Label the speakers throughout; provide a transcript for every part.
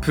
Speaker 1: プ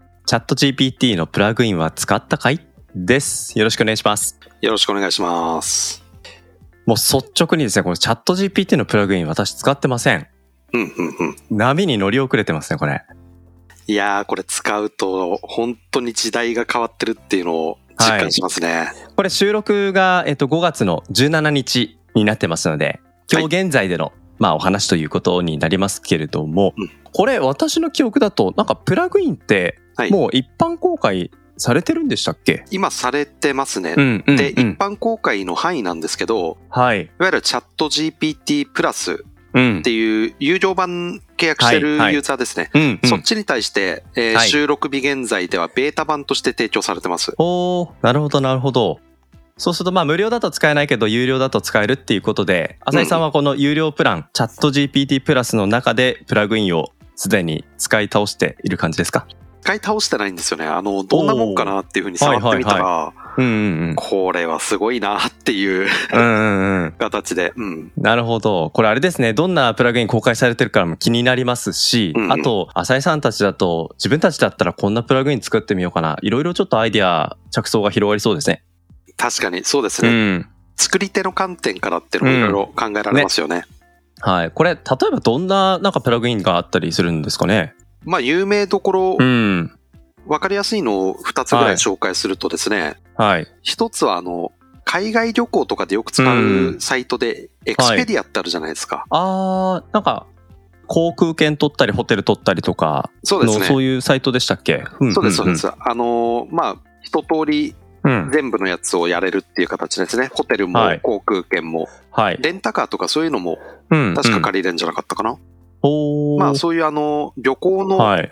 Speaker 1: チャット GPT のプラグインは使ったかいですよろしくお願いします
Speaker 2: よろしくお願いします。
Speaker 1: もう率直にですねこのチャット GPT のプラグイン私使ってません
Speaker 2: うんうんうん。
Speaker 1: 波に乗り遅れてますねこれ
Speaker 2: いやー、これ使うと、本当に時代が変わってるっていうのを実感しますね。
Speaker 1: これ収録が、えっと、5月の17日になってますので、今日現在での、まあお話ということになりますけれども、
Speaker 2: うん
Speaker 1: これ私の記憶だと、なんかプラグインって
Speaker 2: は、い
Speaker 1: もう一般公開されてるんでしたっけ、
Speaker 2: 今されてますね。
Speaker 1: うん、うん、う
Speaker 2: で、一
Speaker 1: ん。
Speaker 2: 般公開の範囲なんですけど、
Speaker 1: はい。
Speaker 2: いわゆるチャット GPT プラス
Speaker 1: うん
Speaker 2: っ。ていう有料版契約してる
Speaker 1: は
Speaker 2: ユ
Speaker 1: いはい
Speaker 2: ーザーですね。
Speaker 1: うん、う
Speaker 2: そっ
Speaker 1: ん。
Speaker 2: ちに対して、えー
Speaker 1: はい
Speaker 2: 収録日現在ではベータ版として提供されてます。
Speaker 1: おーなるほど、なるほど。そうすると、まあ無料だと使えないけど、有料だと使えるっていうことで、浅井さんはこの有料プラン、チャット GPT プラスの中でプラグインをすでに使い倒している感じですか
Speaker 2: 使い倒してないんですよね。あの、どんなもんかなっていうふうに触ってみたら、
Speaker 1: うんうんうん。
Speaker 2: これはすごいなっていう
Speaker 1: うんうんうん。
Speaker 2: 形で、うん。
Speaker 1: なるほど。これあれですね。どんなプラグイン公開されてるかも気になりますし、
Speaker 2: うんうん
Speaker 1: あと、浅井さんたちだと、自分たちだったらこんなプラグイン作ってみようかな。いろいろちょっとアイディア、着想が広がりそうですね。
Speaker 2: 確かにそうです
Speaker 1: う
Speaker 2: ね。
Speaker 1: ん。
Speaker 2: 作り手の観点からっていうのもいろいろ考えられますよね。
Speaker 1: はい。これ、例えばどんな、なんかプラグインがあったりするんですかね。
Speaker 2: まあ有名どころ
Speaker 1: う、ん。
Speaker 2: わかりやすいのを2つぐ
Speaker 1: は
Speaker 2: ら
Speaker 1: い
Speaker 2: い紹介するとですね、
Speaker 1: はい。
Speaker 2: 一1つはあの、海外旅行とかでよく使うサイトで、エクスペディアってあるじゃないですか。
Speaker 1: あー、なんか、航空券取ったり、ホテル取ったりとか
Speaker 2: そうで
Speaker 1: の、
Speaker 2: すね。
Speaker 1: そういうサイトでしたっけ
Speaker 2: そうです、そうで。す。あのーまあ、一通り
Speaker 1: うんうんうん。
Speaker 2: 全部のやつをやれるっていう形ですね。ホテルも
Speaker 1: はい
Speaker 2: 航空券も、
Speaker 1: はい。
Speaker 2: レンタカーとかそういうのも
Speaker 1: うん
Speaker 2: 確か借りれるんじゃなかったかな。
Speaker 1: おー
Speaker 2: まあそういうあの、旅行の、
Speaker 1: はい。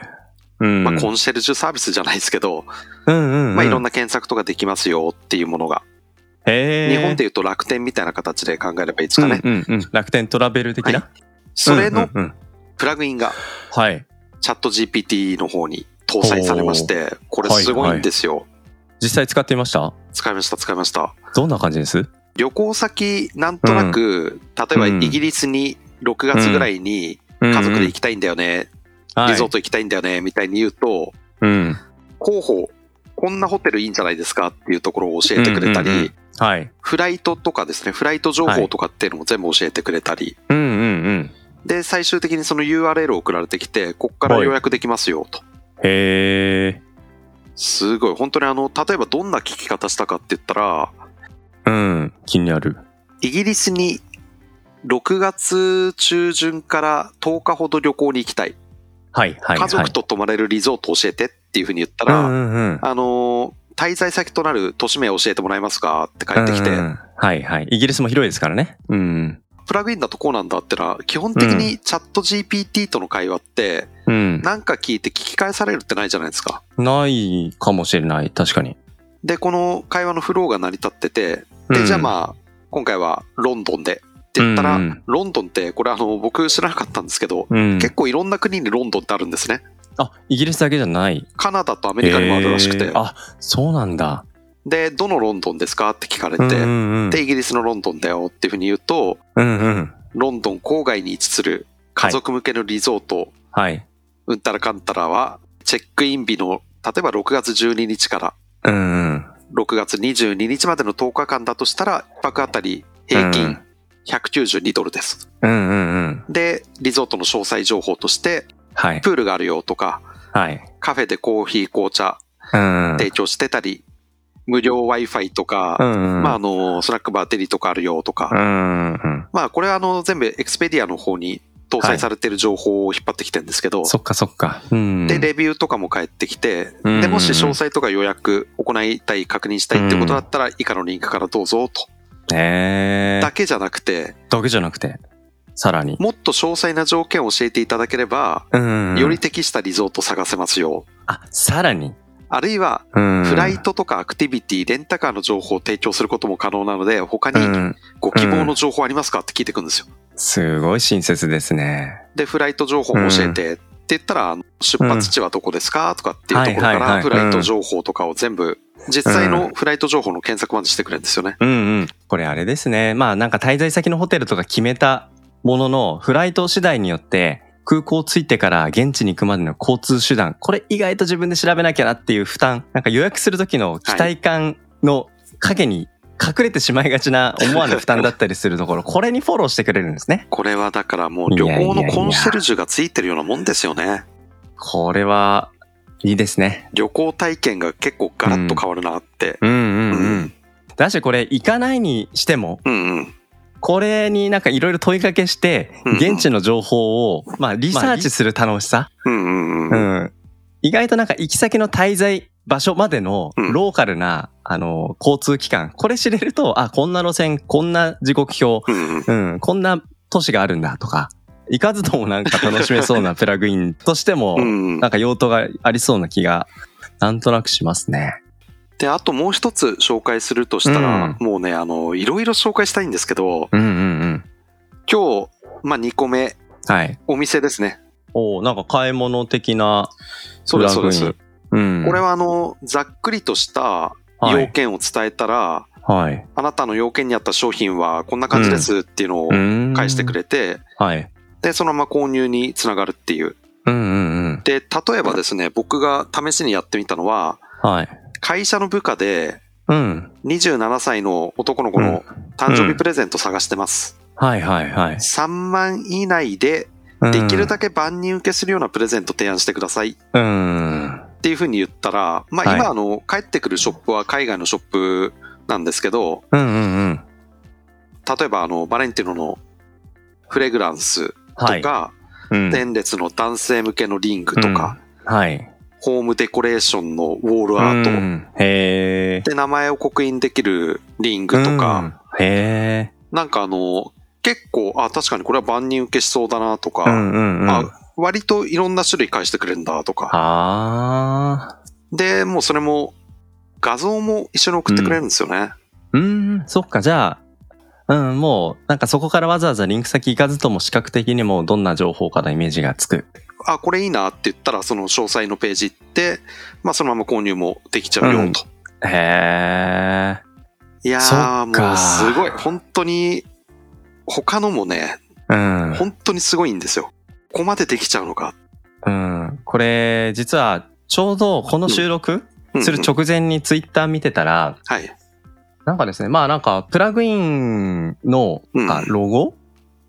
Speaker 1: うん。
Speaker 2: まあ、コンシェルジュサービスじゃないですけど、
Speaker 1: うんうんうん。
Speaker 2: まあ、いろんな検索とかできますよっていうものが、
Speaker 1: へー
Speaker 2: 日本でいうと楽天みたいな形で考えればいいですかね、
Speaker 1: うんうんうん、楽天トラベル的な、
Speaker 2: はそれ
Speaker 1: う
Speaker 2: の
Speaker 1: んうんうん
Speaker 2: プラグインが
Speaker 1: はい
Speaker 2: チャット GPT の方に搭載されましてこれすごいんですよ、
Speaker 1: 実際使ってみました
Speaker 2: 使いました使いました
Speaker 1: どんな感じです
Speaker 2: 旅行先なんとなく、例えば
Speaker 1: うん
Speaker 2: イギリスに6月ぐらいに
Speaker 1: 家
Speaker 2: 家族で行きたいんだよね、リゾート行きたいんだよねみたいに言うと
Speaker 1: うん
Speaker 2: 候補こんなホテルいいんじゃないですかっていうところを教えてくれたり、
Speaker 1: うんうんうんはい
Speaker 2: フライトとかですねフライト情報とかっていうのも全部教えてくれたり、
Speaker 1: うんうんうん
Speaker 2: で、最終的にその URL を送られてきて、こっから予約できますよと。
Speaker 1: へえ
Speaker 2: すごい。本当にあの、例えばどんな聞き方したかって言ったら、
Speaker 1: うん気になる
Speaker 2: イギリスに6月中旬から10日ほど旅行に行きたい。
Speaker 1: はいはいはい
Speaker 2: 家族と泊まれるリゾート教えてっていうふうに言った
Speaker 1: う
Speaker 2: ら、
Speaker 1: んうんうん
Speaker 2: あの、滞在先となる都市名教えてもらえますかって返ってきて、
Speaker 1: うんうんうんはいはいイギリスも広いですからねうん
Speaker 2: プラグインだとこうなんだってのは、基本的にチャット GPT との会話って、
Speaker 1: うん
Speaker 2: なんか聞いて聞き返されるってないじゃないですか。
Speaker 1: ないかもしれない確かに
Speaker 2: で、この会話のフローが成り立ってて、で、じゃあ
Speaker 1: あっ
Speaker 2: まあ、今回はロンドンでって言ったら、
Speaker 1: うん
Speaker 2: ロンドンって、これあの、僕知らなかったんですけど、
Speaker 1: うん、
Speaker 2: 結構いろんな国にロンドンってあるんですね。
Speaker 1: あイギリスだけじゃない
Speaker 2: カナダとアメリカにもあるらしくて
Speaker 1: へー。あそうなんだ
Speaker 2: で、どのロンドンですかって聞かれ
Speaker 1: うんう
Speaker 2: て、
Speaker 1: んうん
Speaker 2: で、イギリスのロンドンだよっていうふうに言うと、
Speaker 1: うんうん
Speaker 2: ロンドン郊外に位置する家族向けのリゾート、
Speaker 1: はい
Speaker 2: うんたらかんたらは、チェックイン日の、例えば6月12日から
Speaker 1: うんうん
Speaker 2: 6月22日までの10日間だとしたら、1泊あたり平均192ドルです。
Speaker 1: うんうんうん。
Speaker 2: で、リゾートの詳細情報として、
Speaker 1: はい。
Speaker 2: プールがあるよとか、
Speaker 1: はい。
Speaker 2: カフェでコーヒー、紅茶
Speaker 1: うんうん。
Speaker 2: 提供してたり、無料 Wi-Fi と
Speaker 1: う
Speaker 2: か、
Speaker 1: んうん。
Speaker 2: まあ、あの、スナックバーデリとかあるよと
Speaker 1: う
Speaker 2: か、
Speaker 1: んうん
Speaker 2: まあ、これはあの、全部エクスペディアの方に搭載されてる情報を引っ張ってきてるんですけど
Speaker 1: うん。、そっかそっか。うん。
Speaker 2: で、レビューとかも返ってきて、
Speaker 1: うん
Speaker 2: で、もし詳細とか予約行いたい、確認したいってことだったら、以下のリンクからどうぞと。
Speaker 1: へえ。
Speaker 2: だけじゃなくて、
Speaker 1: だけじゃなくて、さらに。
Speaker 2: もっと詳細な条件を教えていただければ、
Speaker 1: うんうん。
Speaker 2: より適したリゾート探せますよ
Speaker 1: あ、さらに。
Speaker 2: あるいは、
Speaker 1: うん。
Speaker 2: フライトとかアクティビティ、レンタカーの情報を提供することも可能なので、他
Speaker 1: う
Speaker 2: に
Speaker 1: ん。
Speaker 2: ご希望の情報ありますかって聞いてくんですよ。
Speaker 1: すごい親切ですね。
Speaker 2: で、フライト情報も教えてって言ったら、あの出発地はどこですかとかっていうところか
Speaker 1: はいはいは
Speaker 2: ら、
Speaker 1: い
Speaker 2: フライト情報とかを全部、実際のフライト情報の検索までしてくれるんですよね。
Speaker 1: うんうん。これあれですね。まあなんか滞在先のホテルとか決めたものの、フライト次第によって、空港着いてから現地に行くまでの交通手段、これ意外と自分で調べなきゃなっていう負担、なんか予約する時の期待感の影に隠れてしまいがちな思わぬ負担だったりするところ、これにフォローしてくれるんですね。
Speaker 2: これはだからもう旅行のコンシェルジュがついてるようなもんですよね。
Speaker 1: これは、いいですね。
Speaker 2: 旅行体験が結構ガラッと変わるなって。
Speaker 1: うんうん
Speaker 2: う
Speaker 1: うん
Speaker 2: ん。
Speaker 1: だしこれ行かないにしても、
Speaker 2: うんうん。
Speaker 1: これになんかいろいろ問いかけして
Speaker 2: うん、
Speaker 1: 現地の情報を、まあリサーチする楽しさ。
Speaker 2: うんうんうん。
Speaker 1: うん。意外となんか行き先の滞在場所までの
Speaker 2: うん
Speaker 1: ローカルな、あの、交通機関。これ知れると、あ、こんな路線、こんな時刻表、
Speaker 2: うんうん。
Speaker 1: うん、こんな都市があるんだとか、行かずともなんか楽しめそう なプラグインとしても
Speaker 2: う、んうん
Speaker 1: なんか用途がありそうな気が、なんとなくしますね。
Speaker 2: で、あともう一つ紹介するとしたら、もうね、あの、いろいろ紹介したいんですけど、
Speaker 1: うんうんうん。
Speaker 2: 今日、まあ2個目、
Speaker 1: はい。
Speaker 2: お店ですね。
Speaker 1: おーなんか買い物的な
Speaker 2: そう
Speaker 1: プ
Speaker 2: で
Speaker 1: ラ
Speaker 2: す、
Speaker 1: グ
Speaker 2: そ
Speaker 1: イ
Speaker 2: う
Speaker 1: ン。
Speaker 2: です。
Speaker 1: う
Speaker 2: こ
Speaker 1: ん。
Speaker 2: れはあの、ざっくりとした
Speaker 1: は
Speaker 2: 要
Speaker 1: い、
Speaker 2: 件を伝えたら、
Speaker 1: はい。
Speaker 2: あなたの要件に合った商品はこんな感じですっていうのを返してく
Speaker 1: れ。
Speaker 2: れて、
Speaker 1: はい。
Speaker 2: で、そのまま購入につながるっていう。
Speaker 1: うんうんうん。
Speaker 2: で、例えばですね、僕が試しにやってみたのは、
Speaker 1: はい。
Speaker 2: 会社の部下で
Speaker 1: うん。
Speaker 2: 27歳の男の子の誕生日プレゼント探してます。
Speaker 1: はいはいはい。
Speaker 2: 3万以内でできるだけ万人受けするようなプレゼント提案してくださいっ
Speaker 1: け。うん。
Speaker 2: ていうふうに言ったら、ま
Speaker 1: は
Speaker 2: あ
Speaker 1: い
Speaker 2: 今あの、帰ってくるショップは海外のショップなんですけど、
Speaker 1: うんうんうん。
Speaker 2: 例えばあの、バレンティノのフレグランスと
Speaker 1: はい。
Speaker 2: か、
Speaker 1: うん
Speaker 2: 前列の男性向けのリングとか、
Speaker 1: はい。
Speaker 2: ホームデコレーションのウォールアート、
Speaker 1: うんへえ。
Speaker 2: で、名前を刻印できるリングとか、
Speaker 1: うん。へえ。
Speaker 2: なんかあの、結構、あ、確かにこれは万人受けしそうだなと
Speaker 1: う
Speaker 2: か、
Speaker 1: んうんうん。あ
Speaker 2: あ、割といろんな種類返してくれるんだとか、
Speaker 1: あ
Speaker 2: で、もうそれも、画像も一緒に送ってくれるんですよね。
Speaker 1: ー。うん。そっか、じゃあ、うん、もう、なんかそこからわざわざリンク先行かずとも視覚的にもどんな情報かのイメージがつく。
Speaker 2: あ、これいいなって言ったら、その詳細のページ行って、まあそのまま購入もできちゃうよと。
Speaker 1: へえ。
Speaker 2: いや
Speaker 1: そっ
Speaker 2: ー、
Speaker 1: か
Speaker 2: もうすごい、本当に、他のもね、
Speaker 1: うん。
Speaker 2: 本当にすごいんですよ。ここまでできちゃうのか。
Speaker 1: うん。これ、実は、ちょうどこの収録
Speaker 2: うん
Speaker 1: する直前にツイッター見てたら、
Speaker 2: はい。
Speaker 1: なんかですね、まあなんか、プラグインの、
Speaker 2: うん
Speaker 1: あロゴ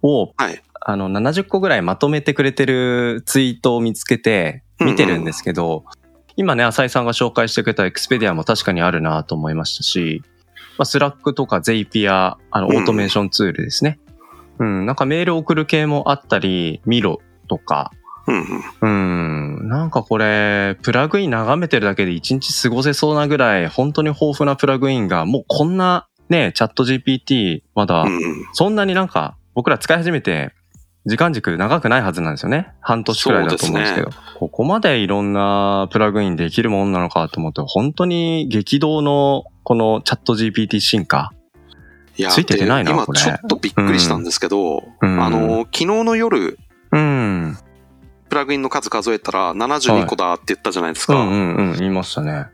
Speaker 1: を、
Speaker 2: はい
Speaker 1: あの、70個ぐらいまとめてくれてるツイートを見つけて、見てるんですけど、今ね、浅井さんが紹介してくれたエクスペディアも確かにあるなと思いましたし、まあ、スラックとかゼイピア、あの、オ
Speaker 2: うん
Speaker 1: ートメーションツールですね。うん、なんかメール送る系もあったり、ミロとか、
Speaker 2: うんうん。
Speaker 1: うん。なんかこれ、プラグイン眺めてるだけで一日過ごせそうなぐらい、本当に豊富なプラグインが、もうこんな、ね、チャット GPT、まだ、
Speaker 2: うんうん
Speaker 1: そんなになんか、僕ら使い始めて、時間軸長くないはずなんですよね。半年くらいだと思うんですけど。ここまでいろんなプラグインできるもんなのかと思って、本当に激動の、このチャット GPT 進化。
Speaker 2: いや
Speaker 1: ついててないな
Speaker 2: で今
Speaker 1: これ
Speaker 2: ちょっとびっくりしたんですけど、
Speaker 1: うん
Speaker 2: あの、昨日の夜、
Speaker 1: うん。
Speaker 2: プラグインの数数えたら72個だって言ったじゃないですか。
Speaker 1: うんうんうん、言いましたね。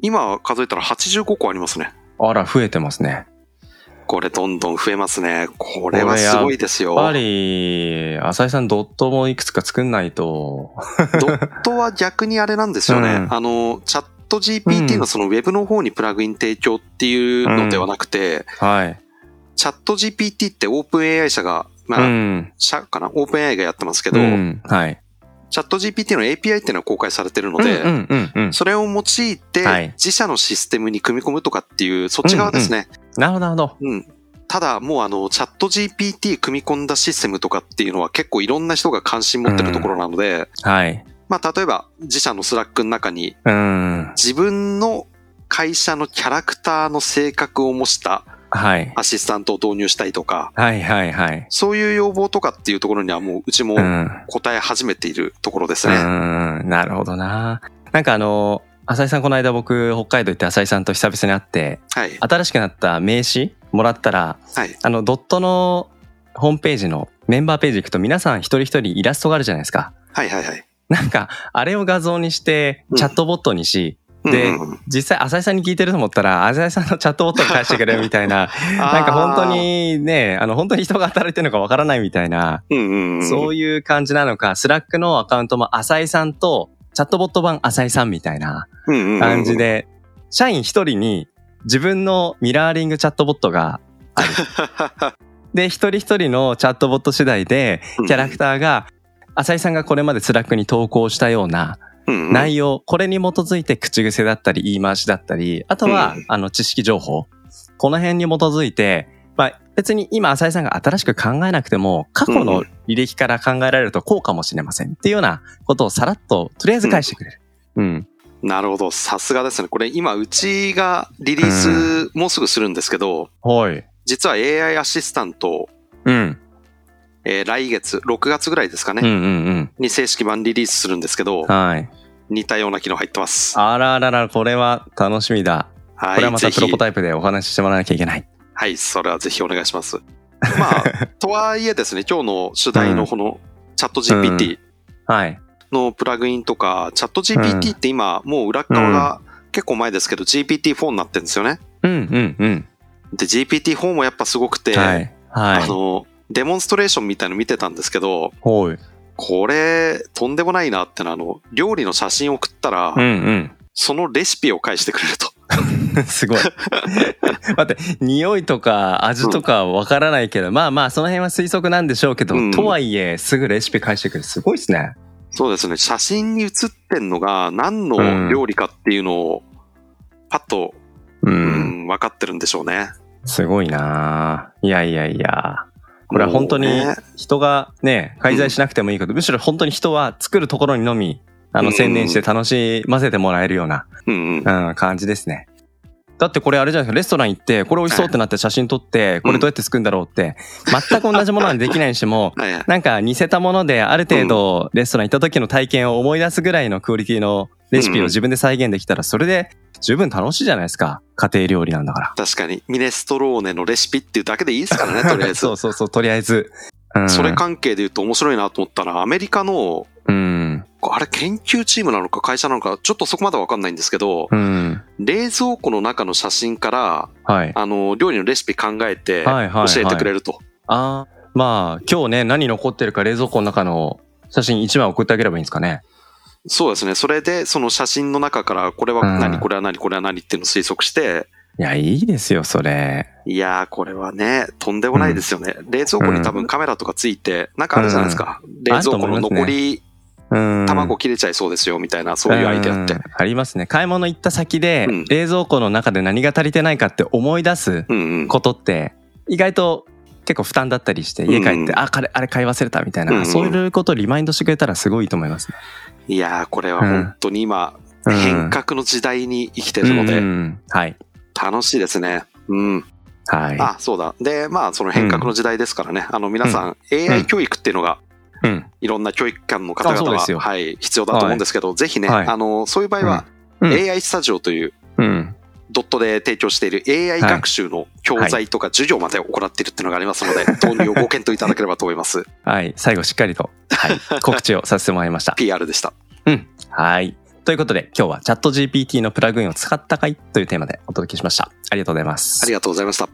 Speaker 2: 今数えたら85個ありますね。
Speaker 1: あら、増えてますね。
Speaker 2: これどんどん増えますね。これはすごいですよ。
Speaker 1: やっぱり、浅井さんドットもいくつか作んないと。
Speaker 2: ドットは逆にあれなんですよね。
Speaker 1: うん
Speaker 2: あの、チャット GPT のそのウェブの方にプラグイン提供っていうのではなくて、
Speaker 1: はい。
Speaker 2: チャット GPT ってオープン AI 社が、まあ、
Speaker 1: ん。
Speaker 2: 社かなオープン AI がやってますけど、
Speaker 1: うんはい。
Speaker 2: チャット GPT の API っていうのは公開されてるので、
Speaker 1: うんうんうんうん
Speaker 2: それを用いて
Speaker 1: はい
Speaker 2: 自社のシステムに組み込むとかっていう、そっち側ですね。
Speaker 1: なるほど、なるほど。
Speaker 2: うん、ただ、もうあの、チャット GPT 組み込んだシステムとかっていうのは結構いろんな人が関心持ってるところなので、
Speaker 1: はい。
Speaker 2: まあ、例えば自社のスラックの中に
Speaker 1: うん。
Speaker 2: 自分の会社のキャラクターの性格を模した
Speaker 1: はい。
Speaker 2: アシスタントを導入したいとか、
Speaker 1: はいはいはい。
Speaker 2: そういう要望とかっていうところにはもううちも
Speaker 1: うん。
Speaker 2: 答え始めているところですね。
Speaker 1: うん。なるほどな。なんかあの、浅井さんこの間僕北海道行って浅井さんと久々に会って
Speaker 2: はい。
Speaker 1: 新しくなった名刺もらったら
Speaker 2: はい。
Speaker 1: あのドットのホームページのメンバーページ行くと皆さん一人一人イラストがあるじゃないですか。
Speaker 2: はいはいはい。
Speaker 1: なんかあれを画像にして
Speaker 2: うん
Speaker 1: チャットボットにし、で
Speaker 2: うんうんうん
Speaker 1: 実際浅井さんに聞いてると思ったら浅井さんのチャットボットに返してくれるみたい ななんか本当。にねあの本当に人が働いてるのかわからないみたいな
Speaker 2: あーうんうんうん。
Speaker 1: そういう感じなのか、スラックのアカウントも浅井さんと、チャットボット版浅井さんみたいな感
Speaker 2: 感
Speaker 1: じ。で、社員一人に自分のミラーリングチャットボットが、 で、一人一人のチャットボット次第で、キャラクターが、浅井さんがこれまでスラックに投稿したような
Speaker 2: ない。
Speaker 1: 内容、これに基づいて口癖だったり言い回しだったり、あとは
Speaker 2: うん、
Speaker 1: あの、知識情報。この辺に基づいて、まあ、別に今浅井さんが新しく考えなくても、過去の履歴から考えられるとこうかもしれませんっていうようなことをさらっと、とりあえず返してくれる。うん。
Speaker 2: なるほど。さすがですね。これ今、うちがリリースもうすぐするんですけど、
Speaker 1: はい。
Speaker 2: 実は AI アシスタントを、
Speaker 1: うん。
Speaker 2: えー来月、6月ぐらいですか
Speaker 1: うんう
Speaker 2: ね、
Speaker 1: ん
Speaker 2: に正式版リリースするんですけど
Speaker 1: うん。、はい。
Speaker 2: 似たような機能入ってます。
Speaker 1: あらあらあら、これは楽しみだ。
Speaker 2: は
Speaker 1: これはまた
Speaker 2: ぜひ
Speaker 1: プロポタイプでお話ししてもらわなきゃいけない。
Speaker 2: はい、それはぜひお願いします。ま あ、とはいえですね、今日の主題のこのチャット GPT
Speaker 1: はい。
Speaker 2: のプラグインとか、チャット GPT って今、もう裏側が結構前ですけど、GPT4 になってるんですよね。
Speaker 1: うんうんうん。
Speaker 2: で、GPT4 もやっぱすごくて、
Speaker 1: はい。はい。
Speaker 2: あの、デモンストレーションみたいの見てたんですけど、
Speaker 1: はい。
Speaker 2: これ、とんでもないなってのは、あの、料理の写真を送ったら、
Speaker 1: うん
Speaker 2: そのレシピを返してくれると。
Speaker 1: うん。 すごい。待って、匂いとか味とかわからないけど、まあまあ、その辺は推測なんでしょうけど、
Speaker 2: うん
Speaker 1: とはいえ、すぐレシピ返してくる。すごいですね。
Speaker 2: そうですね、写真に写ってんのが何の料理かっていうのを、パッと、
Speaker 1: う。
Speaker 2: うんん、分かってるんでしょうね。
Speaker 1: すごいないやいやいや。これは本当に
Speaker 2: もうね
Speaker 1: 人がね、介在しなくてもいいこと、むしろ本当に人は作るところにのみ、あ
Speaker 2: う
Speaker 1: の、
Speaker 2: ん
Speaker 1: 専念して楽しませてもらえるような、
Speaker 2: うんうん。
Speaker 1: うん、感じですね。だってこれあれじゃないですか、レストラン行って、これ美味しそうってなって写真撮って、これどうやって作るんだろうっ て、全く同じものはできないにしても、
Speaker 2: はいはい
Speaker 1: なんか似せたものである程度レストラン行った時の体験を思い出すぐらいのクオリティのレシピを自分で再現できたらそれで十分楽しいじゃないですか家庭料理なんだから
Speaker 2: 確かに、ミネストローネのレシピっていうだけでいいですから ね、とりあえず。
Speaker 1: そうそうそうとりあえず、うん、
Speaker 2: それ関係で言うと面白いなと思ったら、アメリカの、
Speaker 1: うん
Speaker 2: あれ研究チームなのか会社なのか、ちょっとそこまでわかんないんですけど、
Speaker 1: うん
Speaker 2: 冷蔵庫の中の写真から、
Speaker 1: はい
Speaker 2: あの、料理のレシピ考えて、
Speaker 1: はいはいは
Speaker 2: 教
Speaker 1: い
Speaker 2: えてくれると。
Speaker 1: あーまあ今日ね何残ってるか冷蔵庫の中の写真一枚送ってあげればいいんですかね
Speaker 2: そうですね。それで、その写真の中から、これは
Speaker 1: う
Speaker 2: 何、
Speaker 1: ん
Speaker 2: これは何、これは何っていうのを推測して、
Speaker 1: いやいいですよそれ
Speaker 2: いやー、これはね、とんでもないですよね。冷蔵庫に多分カメラとかついて、なんかあるじゃないですか。冷蔵庫の残り
Speaker 1: うん
Speaker 2: 卵切れちゃいそうですよ、みたいな、そういうアイデアって
Speaker 1: ん。ありますね買い物行った先で、
Speaker 2: うん
Speaker 1: 冷蔵庫の中で何が足りてないかって思い出す
Speaker 2: うんうん。
Speaker 1: ことって意外と結構負担だったりして家帰って、
Speaker 2: うん
Speaker 1: ああれあれ買い忘れたみたいな、
Speaker 2: うんうん
Speaker 1: そういうことをリマインドしてくれたらすごいいいと思いますね。
Speaker 2: いやー、これは本当に今、変革の時代に生きてるの
Speaker 1: うん
Speaker 2: で、
Speaker 1: うんはい
Speaker 2: 楽しいですね。うん。
Speaker 1: はい。
Speaker 2: あ、そうだ。で、まあ、その変革の時代ですからね。あの、皆さん、
Speaker 1: うん
Speaker 2: AI 教育っていうのが、
Speaker 1: うん
Speaker 2: いろんな教育機関の方
Speaker 1: あそう
Speaker 2: 々
Speaker 1: ですよ
Speaker 2: は、はい、必要だと思うんですけど、ぜひね、
Speaker 1: はい
Speaker 2: あの、そういう場合は、
Speaker 1: うんうん
Speaker 2: AI スタジオという
Speaker 1: うん
Speaker 2: ドットで提供している AI
Speaker 1: はい
Speaker 2: 学習の教材とか授業まで行っているっていうのがあります ので、導入をご検討いただければと思います。
Speaker 1: はい最後しっかりと、はい、告知をさせてもらいました。
Speaker 2: PR でした。
Speaker 1: うんはいということで今日はチャット GPT のプラグインを使ったかいというテーマでお届けしました。ありがとうございます。
Speaker 2: ありがとうございました。